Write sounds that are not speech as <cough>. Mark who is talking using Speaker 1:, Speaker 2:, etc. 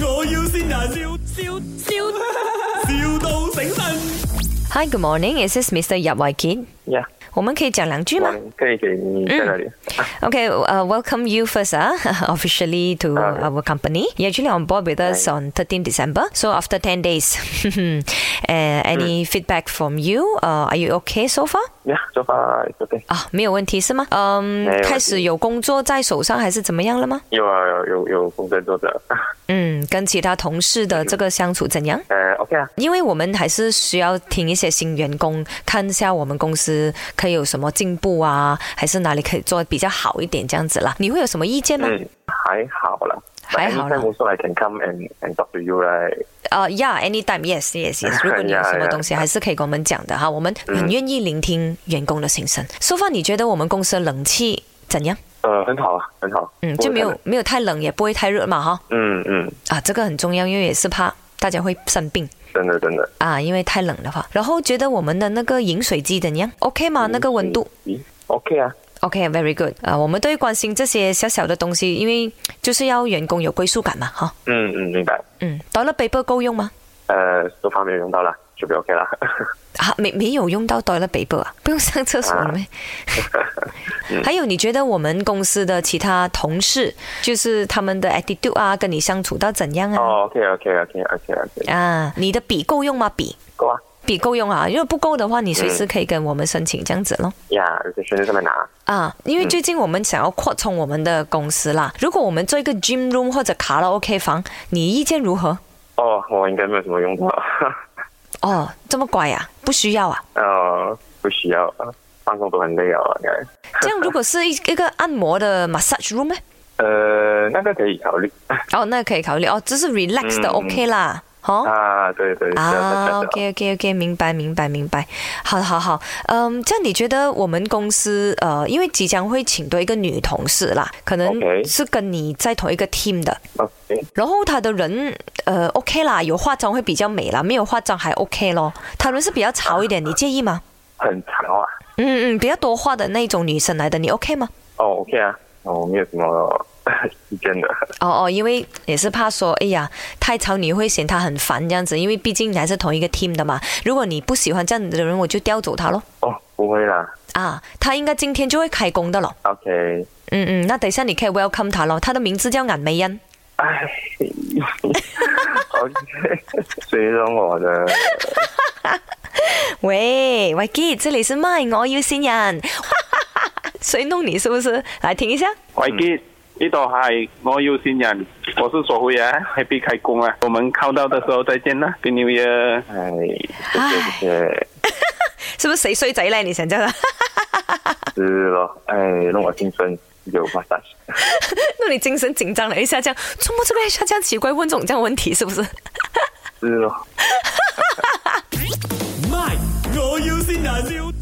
Speaker 1: 要先人，笑笑笑，,笑到醒神。
Speaker 2: Hi, good morning. Is this Mr. 葉偉傑？
Speaker 3: Yeah，
Speaker 2: 我们可以讲两句
Speaker 3: 我
Speaker 2: 吗
Speaker 3: 们可以给你在那里。
Speaker 2: ？Okay, uh, welcome you first, uh, <laughs> officially to
Speaker 3: Uh.
Speaker 2: our company. You're actually on board with us
Speaker 3: Right.
Speaker 2: on 13 December. So after 10 days, <laughs> uh, any feedback from you? Uh, are you okay so far?
Speaker 3: Yeah，so far it's okay。
Speaker 2: 啊，没有问题是吗？嗯
Speaker 3: 没有问，题
Speaker 2: 开始有工作在手上还是怎么样了吗？
Speaker 3: 有啊，有有有工作做的，
Speaker 2: 嗯，跟其他同事的这个相处怎样？
Speaker 3: <laughs> 呃，OK 啊，
Speaker 2: 因为我们还是需要请一些新员工，看一下我们公司可以有什么进步啊，还是哪里可以做得比较好一点这样子啦。你会有什么意见吗？
Speaker 3: 嗯，还好啦。
Speaker 2: 还好啦
Speaker 3: Anytime also I can come and and talk to you 嘞。
Speaker 2: 呃、y e a h anytime, yes, yes, yes
Speaker 3: 哎。
Speaker 2: 如果你有什么
Speaker 3: yeah，yeah
Speaker 2: 东西，还是可以跟我们讲的哈，我们很
Speaker 3: 嗯
Speaker 2: 愿意聆听员工的心声。so far，你觉得我们公司的冷气怎样？
Speaker 3: 呃，很好啊，很好。
Speaker 2: 嗯，就没有没有太冷，也不会太热嘛哈。
Speaker 3: 嗯嗯，
Speaker 2: 啊，这个很重要，因为也是怕大家会生病
Speaker 3: 真的真的。
Speaker 2: 啊，因为太冷的话。然后觉得我们的那个饮水机怎样？OK
Speaker 3: 嗯
Speaker 2: 吗？啊那个温度
Speaker 3: 咦？OK 啊，
Speaker 2: ？OK，very、good。啊，我们都会关心这些小小的东西，因为就是要员工有归属感嘛，哈。
Speaker 3: 嗯嗯，明白。
Speaker 2: 嗯，toilet paper 够用吗？
Speaker 3: 呃，so far 没有用到啦，就不 OK 啦。
Speaker 2: 啊，没没有用到 toilet paper 啊， <laughs> 不用上厕所了没？ <laughs> 还有，你觉得我们公司的其他同事，就是他们的 attitude 啊，跟你相处到怎样啊？
Speaker 3: 哦，OK OK OK OK OK，
Speaker 2: 啊，你的笔够用吗？笔
Speaker 3: 够啊。
Speaker 2: 笔够用啊，因为不够的话，你随时可以跟我们申请这样子咯。
Speaker 3: 呀，有些学生上面拿。
Speaker 2: 啊，因为
Speaker 3: 嗯
Speaker 2: 最近我们想要扩充我们的公司啦。如果我们做一个 gym room 或者卡拉 OK 房，你意见如何？
Speaker 3: 哦，我应该没有什么用到。 <laughs>
Speaker 2: 哦，这么乖呀、不需要啊。
Speaker 3: 呃，不需要啊，办公都很累啊，应该。
Speaker 2: 这样如果是一一个按摩的 massage room 呢？
Speaker 3: 呃，那个可以考虑
Speaker 2: 哦，那可以考虑哦，只是 relax 的、
Speaker 3: 嗯
Speaker 2: OK 啦，哦。
Speaker 3: 啊，对对，是啊，
Speaker 2: 啊
Speaker 3: 是啊是啊
Speaker 2: ，OK OK OK，明白明白明白，好好好，嗯，这样你觉得我们公司呃，因为即将会请多一个女同事啦，可能
Speaker 3: OK
Speaker 2: 是跟你在同一个 team 的，
Speaker 3: ，OK，
Speaker 2: 然后她的人呃 OK 啦，有化妆会比较美啦，没有化妆还 OK 咯，她人是比较潮 <laughs> 一点，你介意吗？
Speaker 3: 很长啊，
Speaker 2: 嗯嗯，比较多话的那种女生来的，你 OK 吗？
Speaker 3: 哦，OK 啊，哦，没有什么意见的，
Speaker 2: 哦哦，因为也是怕说，哎呀，太吵你会嫌他很烦这样子，因为毕竟你还是同一个 team 的嘛。如果你不喜欢这样的人，我就调走他咯。
Speaker 3: 哦，不会啦
Speaker 2: 啊，他应该今天就会开工的咯。
Speaker 3: ，OK，
Speaker 2: 嗯嗯，那等一下你可以 welcome 他咯。他的名字叫颜美欣。
Speaker 3: 唉，OK，追踪我的，
Speaker 2: 喂喂 k 这里是麦，我要新人。谁弄你是不是？来听一下。
Speaker 4: 伟杰，呢度系我要线人，我是所辉啊，Happy 开工啊！我们靠到的时候再见啦，Good New Year！
Speaker 3: 唉，哎谢谢谢谢，
Speaker 2: 是不是谁衰仔嘞？你想这样？啊
Speaker 3: 是咯，唉，让我兴奋，有 m a s
Speaker 2: <laughs> 那你精神紧张了一下，这样，怎么这个一下这样奇怪问这种这样的问题，是不是？
Speaker 3: 是咯。
Speaker 1: My，我要先人，笑